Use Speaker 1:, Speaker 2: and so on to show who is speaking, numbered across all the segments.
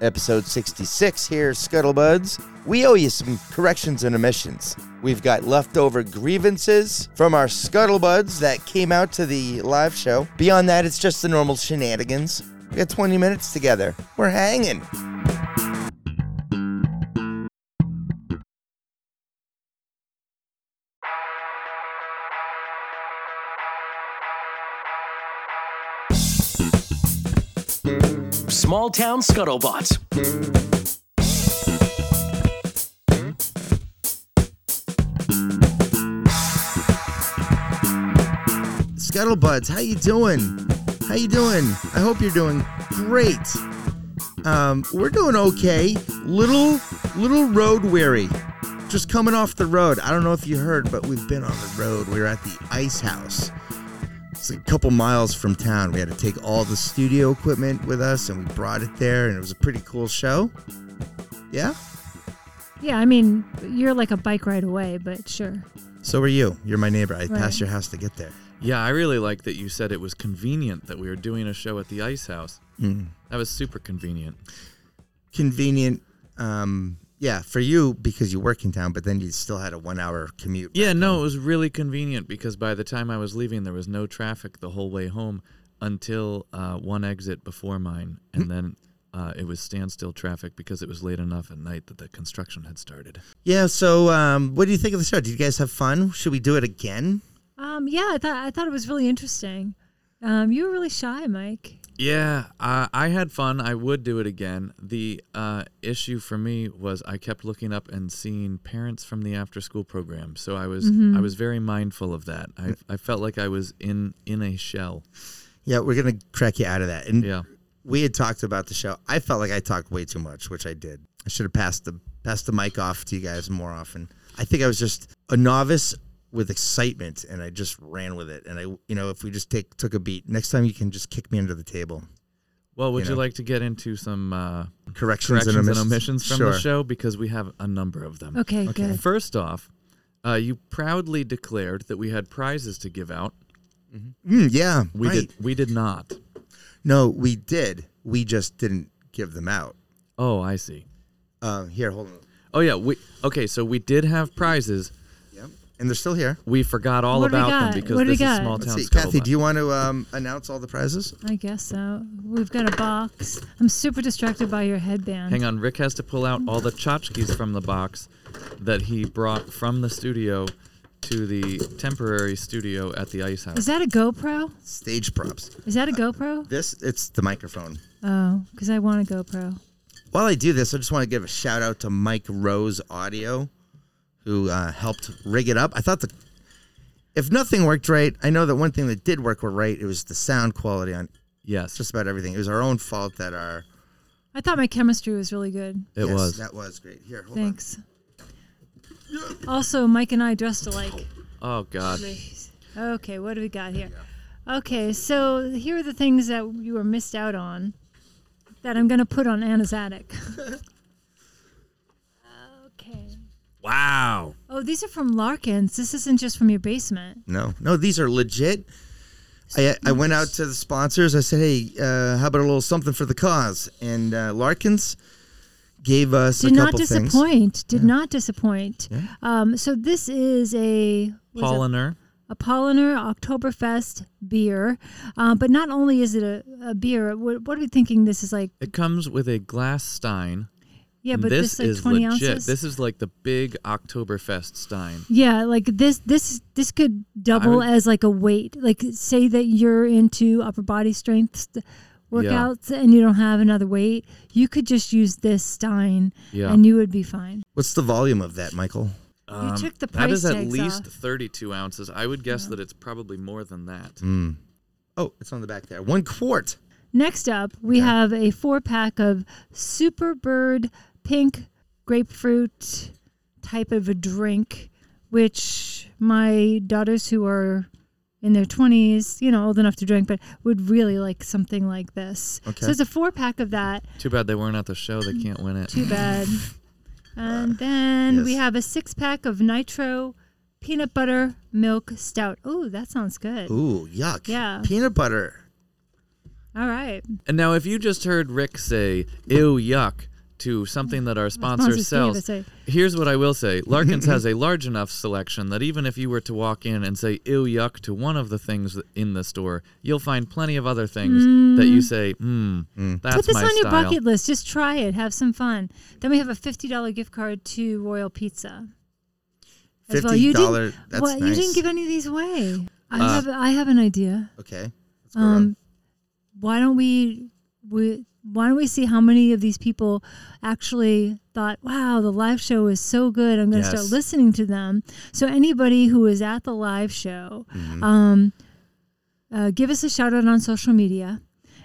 Speaker 1: episode 66 here, Scuttlebuds. We owe you some corrections and omissions. We've got leftover grievances from our Scuttlebuds that came out to the live show. Beyond that, it's just the normal shenanigans. We got 20 minutes together. We're hanging.
Speaker 2: Small Town Scuttlebutt.
Speaker 1: Scuttlebuds, how you doing? How you doing? I hope you're doing great. Um, we're doing okay. Little little road weary. Just coming off the road. I don't know if you heard, but we've been on the road. We were at the ice house. It's a couple miles from town. We had to take all the studio equipment with us and we brought it there and it was a pretty cool show. Yeah?
Speaker 3: Yeah, I mean, you're like a bike ride away, but sure.
Speaker 1: So are you. You're my neighbor. I
Speaker 3: Right.
Speaker 1: passed your house to get there.
Speaker 4: Yeah, I really like that you said it was convenient that we were doing a show at the Ice House. That was super convenient.
Speaker 1: convenient. Um, yeah, for you because you work in town, but then you still had a one-hour commute.
Speaker 4: Yeah, no, it was really convenient because by the time I was leaving, there was no traffic the whole way home until uh, one exit before mine, and then uh, it was standstill traffic because it was late enough at night that the construction had started.
Speaker 1: Yeah. So, um, what do you think of the show? Did you guys have fun? Should we do it again?
Speaker 3: Um, yeah, I thought I thought it was really interesting. Um, you were really shy, Mike.
Speaker 4: Yeah, uh, I had fun. I would do it again. The uh, issue for me was I kept looking up and seeing parents from the after-school program, so I was
Speaker 1: Mm-hmm.
Speaker 4: I was very mindful of that. I, I felt like I was in in a shell.
Speaker 1: Yeah, we're gonna crack you out of that. And
Speaker 4: Yeah,
Speaker 1: we had talked about the show. I felt like I talked way too much, which I did. I should have passed the passed the mic off to you guys more often. I think I was just a novice with excitement, and I just ran with it. And I, you know, if we just take took a beat, next time you can just kick me under the table.
Speaker 4: Well, would you,
Speaker 1: know.
Speaker 4: like to get into some uh,
Speaker 1: Corrections,
Speaker 4: corrections
Speaker 1: and
Speaker 4: and
Speaker 1: omissions,
Speaker 4: omissions from
Speaker 1: sure.
Speaker 4: the show because we have a number of them?
Speaker 3: Okay, good.
Speaker 4: First off, uh, you proudly declared that we had prizes to give out.
Speaker 1: Mm, yeah,
Speaker 4: We
Speaker 1: right.
Speaker 4: did. We did not.
Speaker 1: No, we did. We just didn't give them out.
Speaker 4: Oh, I see.
Speaker 1: Uh, here, hold on.
Speaker 4: Oh yeah. We okay. So we did have prizes.
Speaker 1: Yep. And they're still here.
Speaker 4: We forgot all
Speaker 3: What do we
Speaker 4: about them
Speaker 3: got?
Speaker 4: because
Speaker 3: What do we
Speaker 4: this is
Speaker 3: got?
Speaker 4: small
Speaker 1: Let's
Speaker 4: town
Speaker 1: see. Kathy,
Speaker 4: scuttlebutt.
Speaker 1: do you want to um, announce all the prizes?
Speaker 3: I guess so. We've got a box. I'm super distracted by your headband.
Speaker 4: Hang on, Rick has to pull out all the tchotchkes from the box that he brought from the studio to the temporary studio at the ice house.
Speaker 3: Is that a GoPro?
Speaker 1: Stage props.
Speaker 3: Is that a GoPro?
Speaker 1: This, it's the microphone.
Speaker 3: Oh, because I want a GoPro.
Speaker 1: While I do this, I just want to give a shout out to Mike Rose Audio, who uh, helped rig it up. I thought the, if nothing worked right, I know that one thing that did work right, it was the sound quality on
Speaker 4: yes,
Speaker 1: just about everything. It was our own fault that our.
Speaker 3: I thought my chemistry was really good.
Speaker 4: it
Speaker 1: Yes,
Speaker 4: was.
Speaker 1: That was great. Here, hold on.
Speaker 3: Thanks. Also, Mike and I dressed alike.
Speaker 4: oh God.
Speaker 3: Okay, what do we got here? Okay, so here are the things that you were missed out on that I'm going to put on Anna's attic. okay.
Speaker 4: Wow.
Speaker 3: Oh, these are from Larkins. This isn't just from your basement.
Speaker 1: No, no, these are legit. I, I went out to the sponsors. I said, hey, uh, how about a little something for the cause? And uh, Larkins gave us
Speaker 3: Did
Speaker 1: a
Speaker 3: not
Speaker 1: couple things.
Speaker 3: disappoint. Did not disappoint. Um, so this is a what is it?
Speaker 4: Polliner.
Speaker 3: Apolliner Oktoberfest beer, um, but not only is it a, a beer. What, what are we thinking? This is like
Speaker 4: It comes with a glass stein.
Speaker 3: yeah,
Speaker 4: and
Speaker 3: but
Speaker 4: this,
Speaker 3: this, like
Speaker 4: is
Speaker 3: twenty
Speaker 4: legit.
Speaker 3: ounces.
Speaker 4: This is like the big Oktoberfest stein.
Speaker 3: Yeah, like this this this could double
Speaker 4: would-
Speaker 3: as like a weight. Like say that you're into upper body strength st-
Speaker 4: Yeah.
Speaker 3: workouts and you don't have another weight, you could just use this Stein
Speaker 4: Yeah.
Speaker 3: and you would be fine.
Speaker 1: What's the volume of that, Michael?
Speaker 3: you took the price
Speaker 4: Um, That is at
Speaker 3: tags
Speaker 4: least
Speaker 3: off.
Speaker 4: 32 ounces. I would guess that it's probably more than that.
Speaker 1: Oh, it's on the back there. One quart.
Speaker 3: Next up, we have a four pack of Superbird pink grapefruit type of a drink, which my daughters who are in their 20s, you know, old enough to drink, but would really like something like this.
Speaker 1: Okay.
Speaker 3: So it's a four pack of that.
Speaker 4: Too bad they weren't at the show. They can't win it.
Speaker 3: Too bad. And then we
Speaker 1: Uh, yes.
Speaker 3: have a six pack of Nitro peanut butter milk stout. Oh, that sounds good.
Speaker 1: Ooh, yuck.
Speaker 3: Yeah.
Speaker 1: Peanut butter.
Speaker 3: All right.
Speaker 4: And now, if you just heard Rick say "ew yuck" to something that our sponsor
Speaker 3: sponsors gave
Speaker 4: sells,
Speaker 3: us a-
Speaker 4: here's what I will say: Larkins has a large enough selection that even if you were to walk in and say "ew yuck" to one of the things th- in the store, you'll find plenty of other things that you say, "Hmm, that's
Speaker 3: Mm. Put this
Speaker 4: my
Speaker 3: on your
Speaker 4: style."
Speaker 3: bucket list. Just try it. Have some fun. Then we have a $50 gift card to Royal Pizza. As well. You didn't-
Speaker 1: $50 that's
Speaker 3: well, You
Speaker 1: nice.
Speaker 3: didn't give any of these away. I,
Speaker 4: Uh,
Speaker 3: have, I have an idea.
Speaker 1: Okay. Let's go around.
Speaker 3: Um, why don't we, we why don't we see how many of these people actually thought, "Wow, the live show is so good. I'm going to
Speaker 4: Yes.
Speaker 3: start listening to them." So anybody who is at the live show,
Speaker 4: Mm-hmm.
Speaker 3: um, uh, give us a shout out on social media,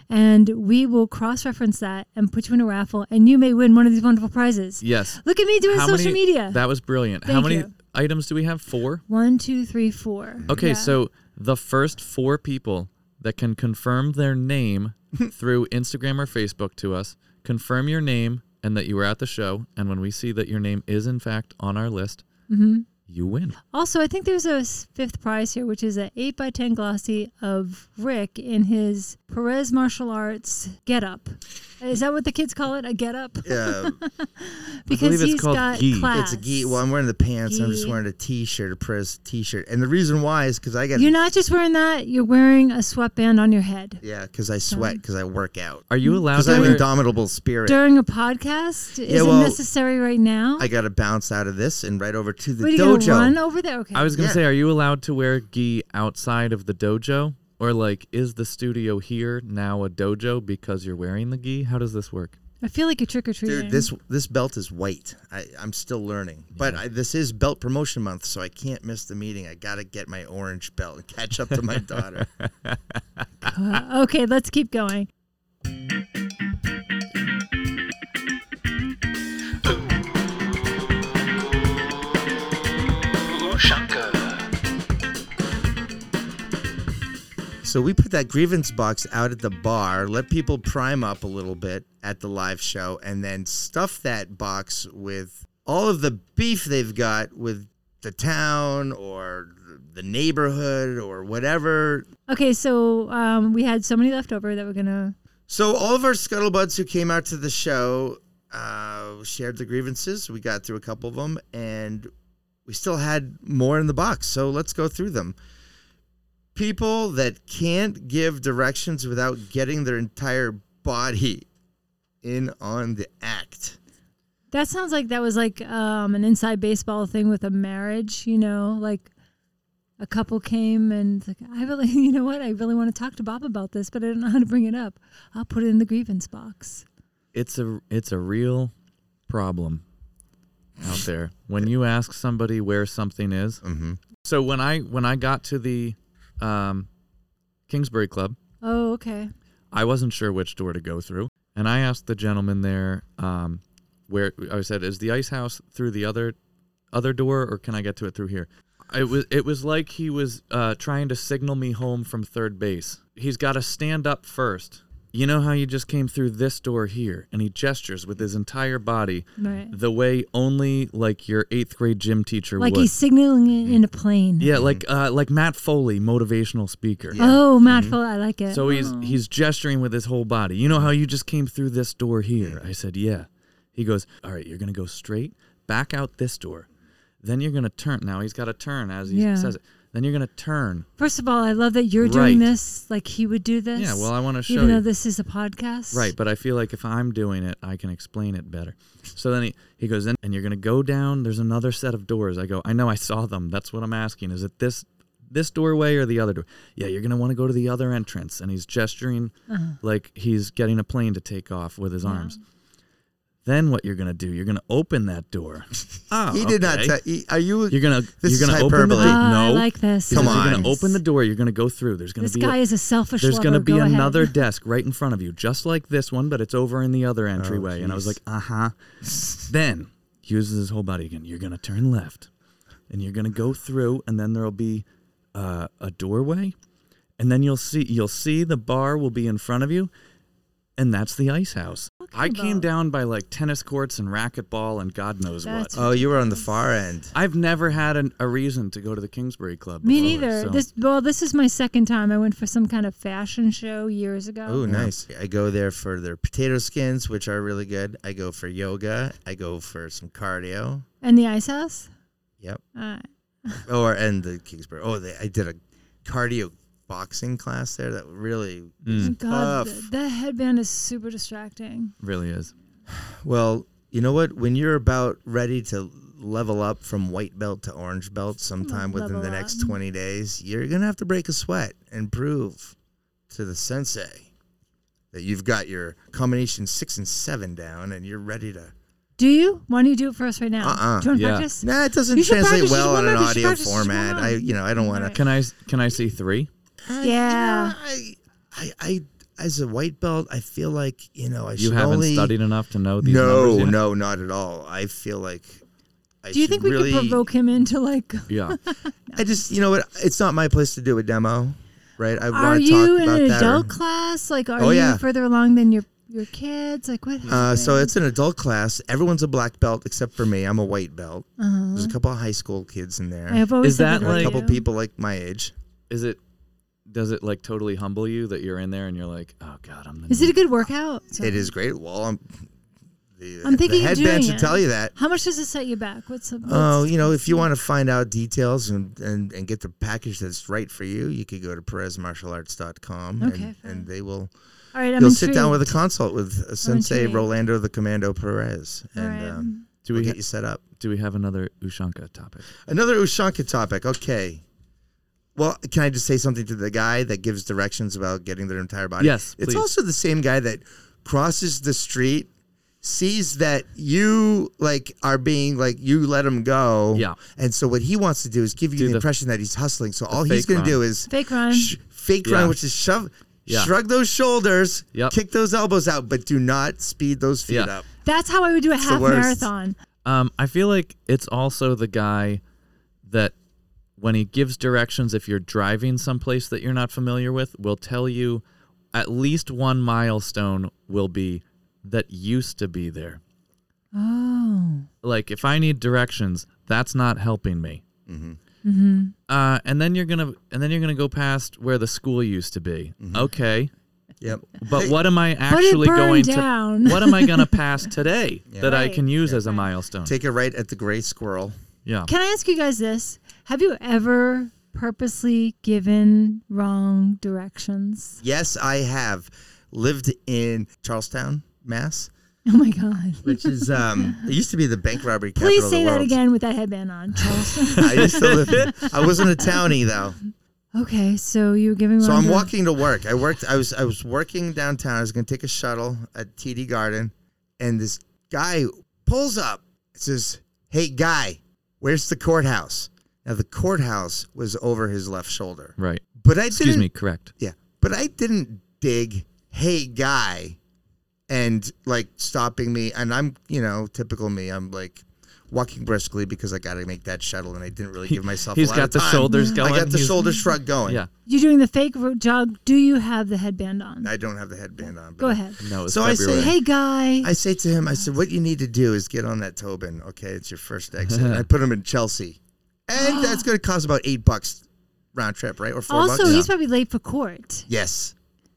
Speaker 3: and we will cross reference that and put you in a raffle, and you may win one of these wonderful prizes.
Speaker 4: Yes.
Speaker 3: Look at me doing
Speaker 4: How
Speaker 3: social
Speaker 4: many-
Speaker 3: media.
Speaker 4: That was brilliant. How
Speaker 3: Thank
Speaker 4: many
Speaker 3: you.
Speaker 4: items do we have? Four.
Speaker 3: One, two, three, four.
Speaker 4: Okay,
Speaker 3: Yeah.
Speaker 4: so the first four people that can confirm their name through Instagram or Facebook to us, confirm your name and that you were at the show. And when we see that your name is, in fact, on our list, you win.
Speaker 3: Also, I think there's a s- fifth prize here, which is an 8x10 glossy of Rick in his Perez Martial Arts getup. Is that what the kids call it? A getup?
Speaker 1: Yeah,
Speaker 3: Because
Speaker 4: it's
Speaker 3: he's
Speaker 4: called
Speaker 3: got
Speaker 4: gi. It's a
Speaker 1: it's
Speaker 3: class.
Speaker 1: a gi. Well, I'm wearing the pants. I'm just
Speaker 3: Gi.
Speaker 1: wearing a t-shirt, a press t-shirt, and the reason why is because I got
Speaker 3: You're not just wearing that, you're wearing a sweatband on your head.
Speaker 1: yeah, because I sweat because I work out
Speaker 4: Are you allowed
Speaker 1: because
Speaker 4: to
Speaker 1: I'm
Speaker 4: wear,
Speaker 1: indomitable spirit.
Speaker 3: During a podcast? Is
Speaker 1: Yeah,
Speaker 3: it
Speaker 1: well,
Speaker 3: necessary right now?
Speaker 1: I got to bounce out of this and right over to the
Speaker 3: what, are you gonna
Speaker 1: dojo.
Speaker 3: run over there? Okay.
Speaker 4: I was going to
Speaker 1: Yeah.
Speaker 4: say, are you allowed to wear gi outside of the dojo? Or like, is the studio here now a dojo because you're wearing the gi? How does this work?
Speaker 3: I feel like a trick or treating.
Speaker 1: Dude, this this belt is white. I, I'm still learning, but I, this is belt promotion month, so I can't miss the meeting. I gotta get my orange belt and catch up to my daughter.
Speaker 3: okay, let's keep going.
Speaker 1: so we put that grievance box out at the bar, let people prime up a little bit at the live show, and then stuff that box with all of the beef they've got with the town or the neighborhood or whatever
Speaker 3: Okay, so um, we had so many left over that we're going to.
Speaker 1: So all of our scuttlebuds who came out to the show uh, shared the grievances. We got through a couple of them, and we still had more in the box. So let's go through them. People that can't give directions without getting their entire body in on the act.
Speaker 3: That sounds like that was like um, an inside baseball thing with a marriage, you know, like a couple came and it's like, I really, you know what, I really want to talk to Bob about this, but I don't know how to bring it up. I'll put it in the grievance box.
Speaker 4: it's a it's a real problem out there when you ask somebody where something is. Mm-hmm. So when I when I got to the um, Kingsbury Club,
Speaker 3: Oh, okay.
Speaker 4: I wasn't sure which door to go through, and I asked the gentleman there um, where I said, "Is the ice house through the other other door, or can I get to it through here?" It was it was like he was uh, trying to signal me home from third base. He's got to stand up first. You know how you just came through this door here, and he gestures with his entire body
Speaker 3: Right.
Speaker 4: the way only like your eighth grade gym teacher
Speaker 3: Like
Speaker 4: would.
Speaker 3: he's signaling it in a plane.
Speaker 4: yeah, like uh, like Matt Foley, motivational speaker.
Speaker 3: Oh, Matt, Fuller, I like it.
Speaker 4: Mm-hmm. So he's he's gesturing with his whole body. You know how you just came through this door here? I said, "Yeah." He goes, "All right, you're going to go straight back out this door. Then you're going to turn." Now he's got to turn as he
Speaker 3: Yeah.
Speaker 4: says it. Then you're going to turn.
Speaker 3: First of all, I love that you're
Speaker 4: Right.
Speaker 3: doing this, like he would do this.
Speaker 4: Yeah, well, I wanna show
Speaker 3: Even though
Speaker 4: you.
Speaker 3: this is a podcast.
Speaker 4: Right, but I feel like if I'm doing it, I can explain it better. So then he, he goes, "And and you're going to go down. There's another set of doors." I go, "I know I saw them. That's what I'm asking. Is it this this doorway or the other door?" Yeah, you're going to want to go to the other entrance. And he's gesturing
Speaker 1: Uh-huh.
Speaker 4: like he's getting a plane to take off with his arms. Then what you're going to do? You're going to open that door. Oh,
Speaker 1: He did
Speaker 4: okay.
Speaker 1: not. T- are you?
Speaker 4: You're going to
Speaker 1: This
Speaker 4: you're
Speaker 1: is
Speaker 4: going to open the
Speaker 3: Oh,
Speaker 1: hyperbole. Ah,
Speaker 4: door.
Speaker 3: I
Speaker 4: No.
Speaker 3: like this.
Speaker 4: He
Speaker 1: Come
Speaker 4: says, You're
Speaker 1: on.
Speaker 4: going to open the door. You're going to go through. There's going
Speaker 3: This
Speaker 4: to be a-
Speaker 3: guy is a selfish
Speaker 4: there's
Speaker 3: going to
Speaker 4: be another desk right in front of you, just like this one, but it's over in the other entryway. and I was
Speaker 1: jeez.
Speaker 4: like, uh huh. then he uses his whole body again. You're going to turn left and you're going to go through, and then there'll be uh, a doorway. And then you'll see you'll see the bar will be in front of you, and that's the ice house.
Speaker 3: Talking
Speaker 4: I came
Speaker 3: about-
Speaker 4: down by like tennis courts and racquetball and God knows
Speaker 3: That's-
Speaker 4: what.
Speaker 1: Oh, you were on the far end.
Speaker 4: I've never had an, a reason to go to the Kingsbury Club.
Speaker 1: Oh,
Speaker 3: Me
Speaker 4: before,
Speaker 3: neither.
Speaker 4: so-
Speaker 3: This well, this is my second time. I went for some kind of fashion show years ago.
Speaker 1: Oh, nice. I go there for their potato skins, which are really good. I go for yoga. I go for some cardio.
Speaker 3: And the ice house.
Speaker 1: Yep.
Speaker 3: Uh,
Speaker 1: Or and the Kingsbury. Oh, they, I did a cardio boxing class there. That really.
Speaker 4: Mm,
Speaker 3: God,
Speaker 1: Hmm. Tough.
Speaker 3: th- that headband is super distracting.
Speaker 4: really is.
Speaker 1: Well, you know what? When you're about ready to level up from white belt to orange belt, sometime within the
Speaker 3: Level
Speaker 1: next
Speaker 3: up.
Speaker 1: 20 days, you're gonna have to break a sweat and prove to the sensei that you've got your combination six and seven down, and you're ready to.
Speaker 3: Do you? Why don't you do it for us right now?
Speaker 1: Uh-uh.
Speaker 3: Do you want to
Speaker 4: Yeah.
Speaker 3: practice?
Speaker 1: Nah, it doesn't
Speaker 3: You should
Speaker 1: translate
Speaker 3: practice
Speaker 1: well
Speaker 3: just
Speaker 1: on an
Speaker 3: one, you should
Speaker 1: audio
Speaker 3: practice just
Speaker 1: format.
Speaker 3: one.
Speaker 1: I, you know, I don't want to.
Speaker 4: Can I s- can I see three?
Speaker 3: Yeah.
Speaker 1: I, I, I, as a white belt, I feel like you know I
Speaker 4: You
Speaker 1: should
Speaker 4: haven't
Speaker 1: only.
Speaker 4: studied enough to know these
Speaker 1: no,
Speaker 4: numbers yet?
Speaker 1: no, not at all. I feel like. I
Speaker 3: Do you
Speaker 1: should
Speaker 3: think we
Speaker 1: really,
Speaker 3: could provoke him into like?
Speaker 4: Yeah.
Speaker 1: I just, you know what? It's not my place to do a demo, right? I
Speaker 3: Are
Speaker 1: want to
Speaker 3: you
Speaker 1: talk
Speaker 3: in
Speaker 1: about
Speaker 3: an
Speaker 1: that.
Speaker 3: adult class? Like, are
Speaker 1: Oh, yeah.
Speaker 3: you further along than your your kids? Like, what?
Speaker 1: uh,
Speaker 3: happened?
Speaker 1: so it's an adult class. Everyone's a black belt except for me. I'm a white belt. There's a couple of high school kids in there.
Speaker 3: I've always
Speaker 4: Is
Speaker 3: said
Speaker 4: that
Speaker 1: and
Speaker 3: about
Speaker 1: a
Speaker 4: like-
Speaker 1: couple
Speaker 3: Uh-huh. you.
Speaker 1: people like my age.
Speaker 4: Is it? Does it like totally humble you that you're in there and you're like, oh god, I'm the.
Speaker 3: Is it a good workout? So-
Speaker 1: It is great. Well, I'm. The,
Speaker 3: I'm thinking
Speaker 1: the
Speaker 3: of
Speaker 1: headband
Speaker 3: doing
Speaker 1: should
Speaker 3: it.
Speaker 1: tell you that.
Speaker 3: How much does it set you back? What's the?
Speaker 1: Oh,
Speaker 3: what's-
Speaker 1: you know, if you want to find out details and, and, and get the package that's right for you, you could go to perezmartialarts.com
Speaker 3: Okay,
Speaker 1: and,
Speaker 3: fine.
Speaker 1: and they will
Speaker 3: all right, I'm
Speaker 1: you'll
Speaker 3: intrigued.
Speaker 1: sit down with a consult with uh, Sensei
Speaker 3: intrigued.
Speaker 1: Rolando the Commando Perez
Speaker 3: All
Speaker 1: and
Speaker 3: right.
Speaker 1: um,
Speaker 4: do
Speaker 1: we'll
Speaker 4: we
Speaker 1: get
Speaker 4: ha-
Speaker 1: you set up.
Speaker 4: do we have another Ushanka topic?
Speaker 1: Another Ushanka topic. Okay. Well, can I just say something to the guy that gives directions about getting their entire body?
Speaker 4: Yes,
Speaker 1: It's
Speaker 4: please.
Speaker 1: also the same guy that crosses the street, sees that you like are being like you let him go.
Speaker 4: Yeah.
Speaker 1: And so what he wants to do is give you
Speaker 4: Do
Speaker 1: the,
Speaker 4: the-
Speaker 1: impression that he's hustling. So all he's
Speaker 4: fake
Speaker 1: going to do
Speaker 4: run.
Speaker 1: is
Speaker 3: Fake run.
Speaker 1: sh- fake run,
Speaker 4: Yeah.
Speaker 1: which is shove,
Speaker 4: Yeah.
Speaker 1: shrug those shoulders,
Speaker 4: Yep.
Speaker 1: kick those elbows out, but do not speed those feet
Speaker 4: Yeah.
Speaker 1: up.
Speaker 3: That's how I would do a
Speaker 1: the
Speaker 3: half
Speaker 1: worst.
Speaker 3: marathon.
Speaker 4: Um, I feel like it's also the guy that when he gives directions, if you're driving someplace that you're not familiar with, will tell you at least one milestone will be that used to be there.
Speaker 3: Oh,
Speaker 4: Like if I need directions, that's not helping me. Mm-hmm. Uh, and then you're gonna and then you're gonna go past where the school used to be.
Speaker 1: Mm-hmm.
Speaker 4: Okay,
Speaker 1: Yep.
Speaker 4: but what am I
Speaker 3: it
Speaker 4: actually
Speaker 3: burned
Speaker 4: going
Speaker 3: down.
Speaker 4: to? What am I gonna pass today that I
Speaker 3: Right.
Speaker 4: can use as a milestone?
Speaker 1: Take a right at the gray squirrel.
Speaker 4: yeah.
Speaker 3: can I ask you guys this? Have you ever purposely given wrong directions?
Speaker 1: Yes, I have lived in Charlestown, Mass,
Speaker 3: Oh my god!
Speaker 1: which is um, it used to be the bank robbery capital.
Speaker 3: Please
Speaker 1: of
Speaker 3: say
Speaker 1: the
Speaker 3: that
Speaker 1: world.
Speaker 3: again with that headband on. Charles.
Speaker 1: I used to live. I wasn't a townie though,
Speaker 3: okay, so you were giving.
Speaker 1: so
Speaker 3: wrong
Speaker 1: I'm
Speaker 3: dir-
Speaker 1: walking to work. I worked. I was. I was working downtown. I was going to take a shuttle at TD Garden, and this guy pulls up. and Says, "Hey, guy, where's the courthouse?" Now the courthouse was over his left shoulder,
Speaker 4: Right.
Speaker 1: but I
Speaker 4: Excuse
Speaker 1: didn't
Speaker 4: me. Correct.
Speaker 1: Yeah. But I didn't dig, hey, guy, and like stopping me. And I'm, you know, typical me. I'm like walking briskly because I got to make that shuttle and I didn't really give myself
Speaker 4: He's
Speaker 1: a lot
Speaker 4: got
Speaker 1: of
Speaker 4: the
Speaker 1: time.
Speaker 4: shoulders going.
Speaker 1: I got the
Speaker 4: He's-
Speaker 1: shoulder shrug going.
Speaker 4: Yeah.
Speaker 3: You're doing the fake ro- jog. Do you have the headband on?
Speaker 1: I don't have the headband on. but-
Speaker 3: Go ahead.
Speaker 4: No. It's
Speaker 1: So I say,
Speaker 4: February.
Speaker 3: Hey, guy.
Speaker 1: I say to him, I said, what you need to do is get on that Tobin. Okay. It's your first exit. I put him in Chelsea. And that's going to cost about eight bucks round trip, right? Or four
Speaker 3: also,
Speaker 1: bucks.
Speaker 3: he's probably late for court.
Speaker 1: yes.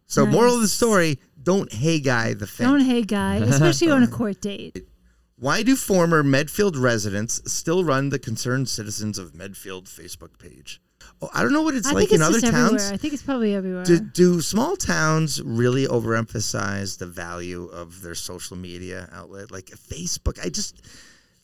Speaker 1: So, moral of the
Speaker 3: Nice.
Speaker 1: story don't hey guy the thing.
Speaker 3: Don't hate guy, especially on a court date.
Speaker 1: Why do former Medfield residents still run the Concerned Citizens of Medfield Facebook page? Oh, I don't know what it's
Speaker 3: I
Speaker 1: like
Speaker 3: think it's
Speaker 1: in other
Speaker 3: just
Speaker 1: towns.
Speaker 3: everywhere. I think it's probably everywhere.
Speaker 1: Do, do small towns really overemphasize the value of their social media outlet like Facebook? I just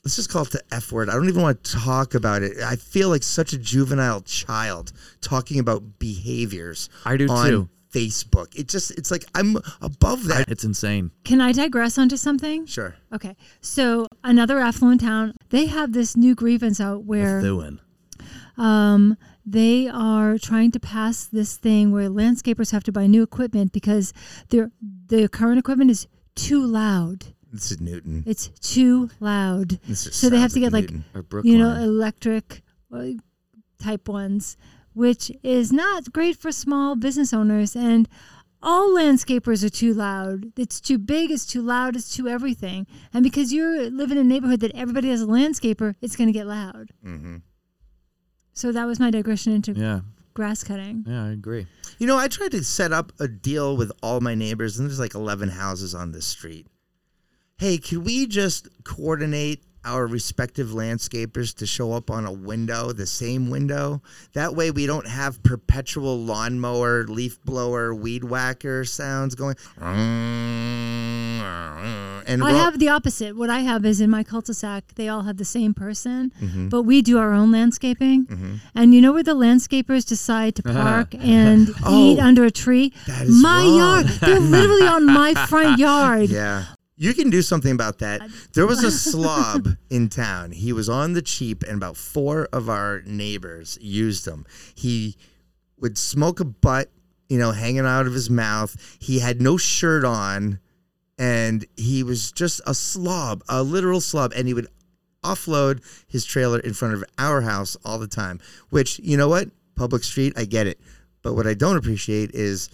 Speaker 1: let's just call it the F word. I don't even want to talk about it. I feel like such a juvenile child talking about behaviors
Speaker 4: I do
Speaker 1: on
Speaker 4: too.
Speaker 1: Facebook. It just it's like I'm above that.
Speaker 4: It's insane.
Speaker 3: Can I digress onto something?
Speaker 1: sure.
Speaker 3: Okay. So another affluent town, they have this new grievance out where
Speaker 4: Methuen.
Speaker 3: um, they are trying to pass this thing where landscapers have to buy new equipment because their the current equipment is too loud.
Speaker 1: This is Newton.
Speaker 3: It's too loud.
Speaker 1: This just
Speaker 3: So they have
Speaker 1: sounds
Speaker 3: to get like
Speaker 1: Newton.
Speaker 4: Or Brooklyn.
Speaker 3: you know electric uh, type ones, which is not great for small business owners and all landscapers are too loud. It's too big, it's too loud, it's too everything. And because you're living in a neighborhood that everybody has a landscaper, it's going to get loud.
Speaker 1: Mm-hmm.
Speaker 3: So that was my digression into
Speaker 4: Yeah,
Speaker 3: grass cutting.
Speaker 4: yeah, I agree.
Speaker 1: You know, I tried to set up a deal with all my neighbors, and there's like 11 houses on this street. Hey, could we just coordinate our respective landscapers to show up on a window, the same window? That way we don't have perpetual lawnmower, leaf blower, weed whacker sounds going. And
Speaker 3: I
Speaker 1: we're all-
Speaker 3: have the opposite. What I have is in my cul-de-sac, they all have the same person,
Speaker 1: Mm-hmm.
Speaker 3: but we do our own landscaping. And you know where the landscapers decide to park and
Speaker 1: Oh,
Speaker 3: eat under a tree?
Speaker 1: that is
Speaker 3: my
Speaker 1: wrong.
Speaker 3: yard. They're literally on my front yard.
Speaker 1: Yeah. You can do something about that. There was a slob in town. He was on the cheap, and about four of our neighbors used him. He would smoke a butt, you know, hanging out of his mouth. He had no shirt on, and he was just a slob, a literal slob. And he would offload his trailer in front of our house all the time, which, you know what? Public street, I get it. But what I don't appreciate is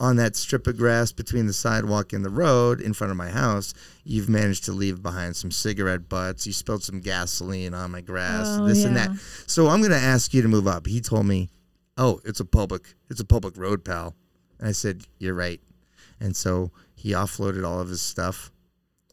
Speaker 1: on that strip of grass between the sidewalk and the road in front of my house, you've managed to leave behind some cigarette butts. You spilled some gasoline on my grass,
Speaker 3: Oh,
Speaker 1: this and that.
Speaker 3: yeah.
Speaker 1: So I'm going to ask you to move up. He told me, "Oh, it's a public, it's a public road, pal." And I said, "You're right." And so he offloaded all of his stuff,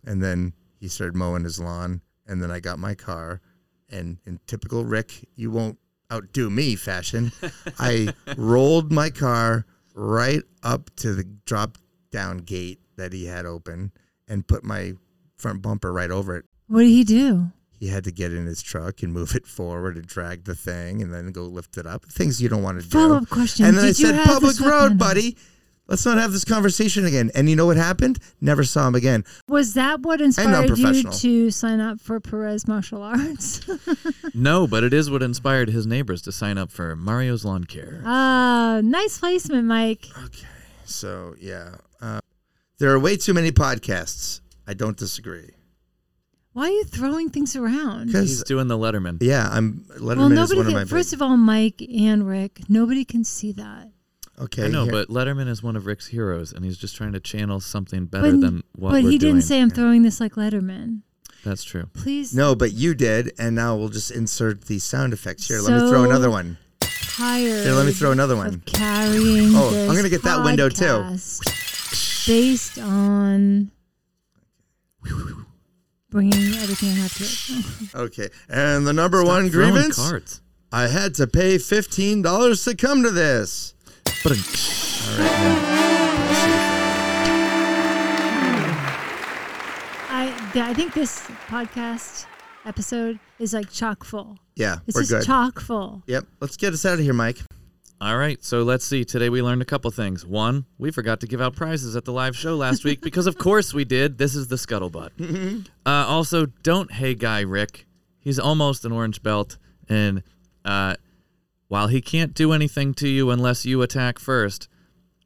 Speaker 1: and then he started mowing his lawn. And then I got my car, and in typical Rick, you won't outdo me fashion, I rolled my car right up to the drop down gate that he had open and put my front bumper right over it.
Speaker 3: What did he do?
Speaker 1: He had to get in his truck and move it forward and drag the thing and then go lift it up. Things you don't want to do.
Speaker 3: Follow-up question.
Speaker 1: And then I
Speaker 3: Did you
Speaker 1: said,
Speaker 3: have the
Speaker 1: public
Speaker 3: stuff in
Speaker 1: road,
Speaker 3: it?"
Speaker 1: buddy. Let's not have this conversation again. And you know what happened? Never saw him again.
Speaker 3: Was that what inspired you
Speaker 1: professional.
Speaker 3: to sign up for Perez Martial Arts?
Speaker 4: No, but it is what inspired his neighbors to sign up for Mario's Lawn Care.
Speaker 3: Ah, nice placement, Mike.
Speaker 1: Okay. So, yeah. Uh, there are way too many podcasts. I don't disagree.
Speaker 3: Why are you throwing things around?
Speaker 1: Because
Speaker 4: He's doing the Letterman.
Speaker 1: Yeah, I'm. Letterman
Speaker 3: well,
Speaker 1: is
Speaker 3: nobody
Speaker 1: one of
Speaker 3: can.
Speaker 1: my big-
Speaker 3: first of all, Mike and Rick, nobody can see that.
Speaker 1: okay,
Speaker 4: I know,
Speaker 1: here-
Speaker 4: but Letterman is one of Rick's heroes, and he's just trying to channel something better
Speaker 3: But-
Speaker 4: than
Speaker 3: but
Speaker 4: what we're
Speaker 3: he
Speaker 4: doing.
Speaker 3: didn't say I'm throwing this like Letterman.
Speaker 4: That's true.
Speaker 3: Please,
Speaker 1: no, but you did, and now we'll just insert the sound effects here. let me throw
Speaker 3: So-
Speaker 1: another one.
Speaker 3: tired.
Speaker 1: Here, let me throw another one.
Speaker 3: Of carrying.
Speaker 1: Oh,
Speaker 3: this
Speaker 1: I'm gonna get that window, too.
Speaker 3: podcast Based on bringing everything I have to.
Speaker 1: Okay, and the number one
Speaker 4: Stop throwing
Speaker 1: grievance:
Speaker 4: Cards.
Speaker 1: I had to pay fifteen dollars to come to this.
Speaker 3: uh, I th- I think this podcast episode is like chock full.
Speaker 1: Yeah,
Speaker 3: It's
Speaker 1: we're
Speaker 3: just
Speaker 1: good.
Speaker 3: chock full.
Speaker 1: yep, let's get us out of here, Mike.
Speaker 4: All right, so let's see. Today we learned a couple things. One, we forgot to give out prizes at the live show last week because, of course, we did. This is the scuttlebutt. uh, also, don't hey guy Rick. He's almost an orange belt, and uh, while he can't do anything to you unless you attack first,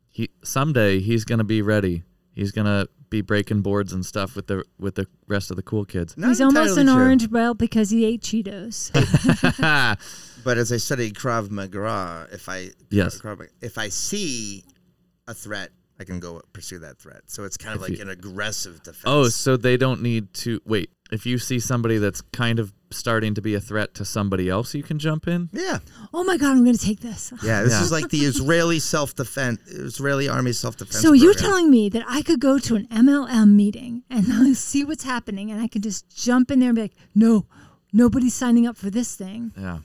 Speaker 4: he someday he's gonna be ready. He's gonna be breaking boards and stuff with the with the rest of the cool kids.
Speaker 1: Not
Speaker 3: He's almost
Speaker 1: entirely
Speaker 3: an
Speaker 1: true.
Speaker 3: orange belt because he ate Cheetos.
Speaker 1: But as I studied Krav Maga, if I
Speaker 4: Yes.
Speaker 1: Krav Maga- if I see a threat, I can go pursue that threat. So it's kind of like an aggressive defense.
Speaker 4: Oh, so they don't need to wait. If you see somebody that's kind of starting to be a threat to somebody else, you can jump in.
Speaker 1: yeah.
Speaker 3: oh my God, I'm going to take this.
Speaker 1: Yeah, this
Speaker 4: Yeah.
Speaker 1: is like the Israeli self defense, Israeli army self defense.
Speaker 3: So you're telling me that I could go to an MLM meeting and see what's happening, and I can just jump in there and be like, "No, nobody's signing up for this thing."
Speaker 4: Yeah.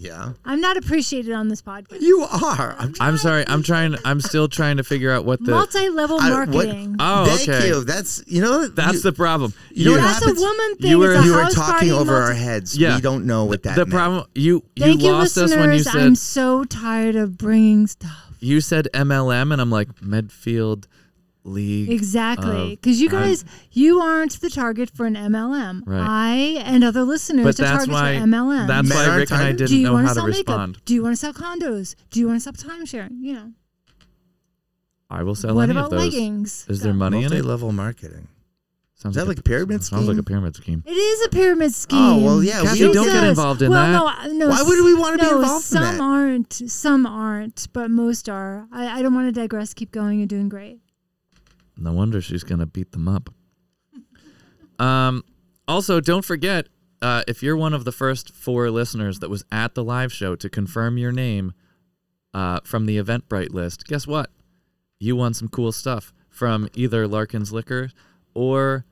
Speaker 1: Yeah,
Speaker 3: I'm not appreciated on this podcast.
Speaker 1: you are. I'm
Speaker 4: I'm sorry. I'm trying. I'm still trying to figure out what the.
Speaker 3: Multi-level
Speaker 1: I- what-
Speaker 3: marketing.
Speaker 4: oh,
Speaker 1: Thank
Speaker 4: okay.
Speaker 1: you. That's you know
Speaker 4: That's
Speaker 1: you,
Speaker 4: the problem.
Speaker 1: you know what
Speaker 3: That's a
Speaker 1: happens?
Speaker 3: woman thing.
Speaker 4: You were-
Speaker 1: You
Speaker 3: it's a
Speaker 1: were
Speaker 3: house
Speaker 1: talking
Speaker 3: party
Speaker 1: over
Speaker 3: multi-
Speaker 1: our heads.
Speaker 4: Yeah.
Speaker 1: we don't know what that.
Speaker 4: the
Speaker 1: meant.
Speaker 4: problem. You you
Speaker 3: Thank you,
Speaker 4: lost
Speaker 3: listeners.
Speaker 4: us when you said
Speaker 3: I'm so tired of bringing stuff.
Speaker 4: you said MLM, and I'm like Medfield League.
Speaker 3: Exactly,
Speaker 4: of-
Speaker 3: because you
Speaker 4: I-
Speaker 3: guys, you aren't the target for an MLM.
Speaker 4: Right.
Speaker 3: I and other listeners
Speaker 4: But
Speaker 3: are
Speaker 4: that's
Speaker 3: targets
Speaker 4: why.
Speaker 3: for MLM.
Speaker 4: That's
Speaker 1: Men
Speaker 4: why
Speaker 1: aren't
Speaker 4: Rick and I
Speaker 1: targeted?
Speaker 3: Do
Speaker 4: didn't
Speaker 3: you
Speaker 4: know
Speaker 3: want to
Speaker 4: how to
Speaker 3: sell
Speaker 4: respond.
Speaker 3: makeup? Do you want to sell condos? Do you want to sell timesharing? You know.
Speaker 4: I will sell
Speaker 3: what
Speaker 4: any
Speaker 3: about
Speaker 4: of those.
Speaker 3: leggings?
Speaker 4: Is there money in it?
Speaker 1: Multi-level marketing.
Speaker 4: Sounds
Speaker 1: that like a pyramid
Speaker 4: Sounds like a
Speaker 1: scheme?
Speaker 4: pyramid scheme.
Speaker 3: It is a pyramid scheme.
Speaker 1: Oh, well, yeah,
Speaker 4: Kathy,
Speaker 1: we
Speaker 4: don't get
Speaker 3: Jesus.
Speaker 4: involved in
Speaker 3: well,
Speaker 4: that.
Speaker 3: No, uh, no,
Speaker 1: Why would we wanna be
Speaker 3: no,
Speaker 1: involved in
Speaker 3: Some
Speaker 1: that?
Speaker 3: aren't. Some aren't, but most are. I, I don't want to digress. Keep going. You're doing great.
Speaker 4: No wonder she's gonna beat them up. Um, also, don't forget uh, if you're one of the first four listeners that was at the live show to confirm your name uh, from the Eventbrite list. Guess what? You won some cool stuff from either Larkin's Liquor or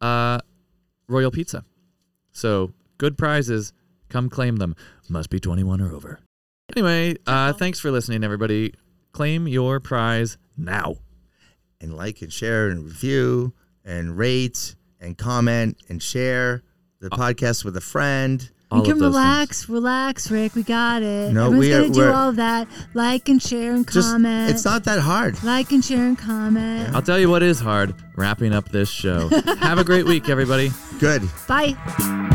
Speaker 4: uh, Royal Pizza. So good prizes. Come claim them. Must be 21 or over. Anyway, uh, thanks for listening, everybody. Claim your prize now.
Speaker 1: and like and share and review and rate and comment and share the
Speaker 4: Uh,
Speaker 1: podcast with a friend.
Speaker 4: All
Speaker 3: you can
Speaker 4: of those
Speaker 3: relax,
Speaker 4: things.
Speaker 3: relax, Rick. We got it.
Speaker 1: No,
Speaker 3: Everyone's
Speaker 1: we are-
Speaker 3: gonna do
Speaker 1: we're-
Speaker 3: all of that. Like and share and
Speaker 1: Just
Speaker 3: comment.
Speaker 1: it's not that hard.
Speaker 3: like and share and comment.
Speaker 4: I'll tell you what is hard wrapping up this show. Have a great week, everybody.
Speaker 1: Good.
Speaker 3: Bye.